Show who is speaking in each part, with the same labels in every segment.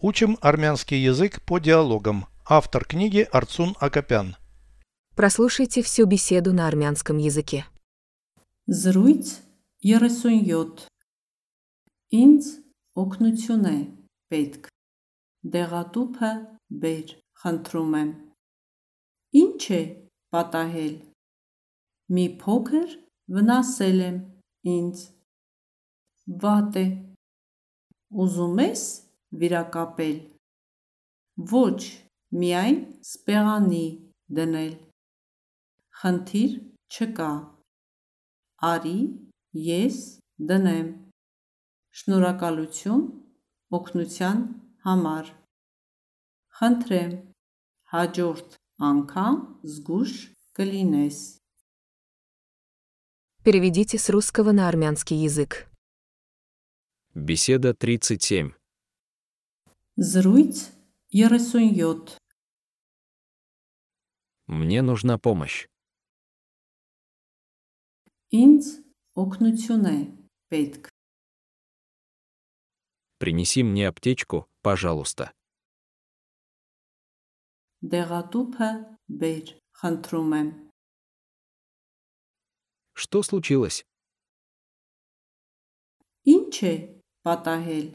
Speaker 1: Учим армянский язык по диалогам. Автор книги Арцун Акопян.
Speaker 2: Прослушайте всю беседу на армянском языке.
Speaker 3: Զրույց 37 Ինձ օգնություն է պետք։ Դեղատուփը բեր, խնդրում եմ։ Ինչ է պատահել։ Մի փոքր վնասել եմ ինձ։ Վատ է։ Ուզում ես վիրակապել։ Ոչ, միայն սպեղանի դնել։ Խնդիր չկա։ Արի, ես դնեմ։ Շնորհակալություն օգնության համար։ Խնդրեմ, հաջորդ անգամ զգուշ կլինես։
Speaker 2: Переведите с русского на армянский язык.
Speaker 4: Беседа 37.
Speaker 3: Զրույց 37
Speaker 4: Мне нужна помощь.
Speaker 3: Ինձ օգնություն է պետք։
Speaker 4: Принеси мне аптечку, пожалуйста.
Speaker 3: Դեղատուփը բեր, խնդրում եմ։
Speaker 4: Что случилось?
Speaker 3: Ինչ է պատահել։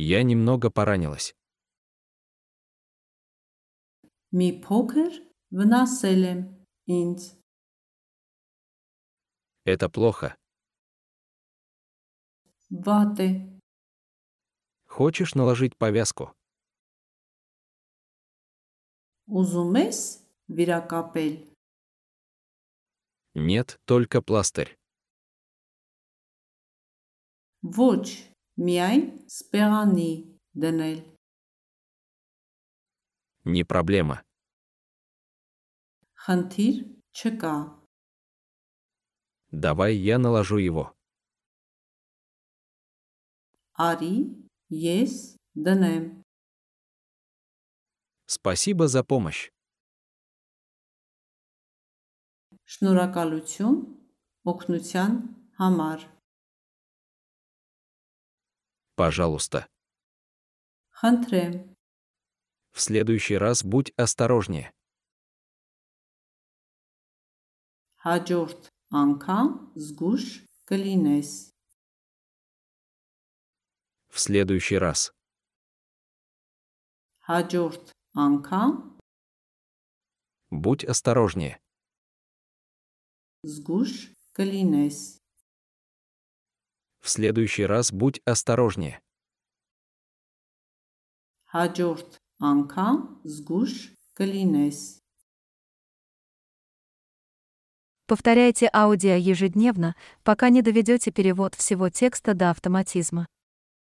Speaker 4: Я немного поранилась.
Speaker 3: Մի փոքր վնասել եմ ինձ։
Speaker 4: Это плохо.
Speaker 3: Վատ է։
Speaker 4: Хочешь наложить повязку?
Speaker 3: Ուզում ես վիրակապել։
Speaker 4: Нет, только пластырь.
Speaker 3: Ոչ, միայն սպեղանի դնել։
Speaker 4: Не проблема.
Speaker 3: Խնդիր չկա։
Speaker 4: Давай я наложу его.
Speaker 3: Արի, ես դնեմ։
Speaker 4: Спасибо за помощь.
Speaker 3: Շնորհակալություն օգնության համար։
Speaker 4: Пожалуйста.
Speaker 3: Խնդրեմ,
Speaker 4: В следующий раз будь осторожнее.
Speaker 3: հաջորդ անգամ զգուշ կլինես։
Speaker 4: В следующий раз.
Speaker 3: Հաջորդ անգամ
Speaker 4: Будь осторожнее.
Speaker 3: զգուշ կլինես։
Speaker 4: В следующий раз будь осторожнее.
Speaker 3: Հաջորդ անգամ զգուշ կլինես։
Speaker 5: Повторяйте аудио ежедневно, пока не доведете перевод всего текста до автоматизма.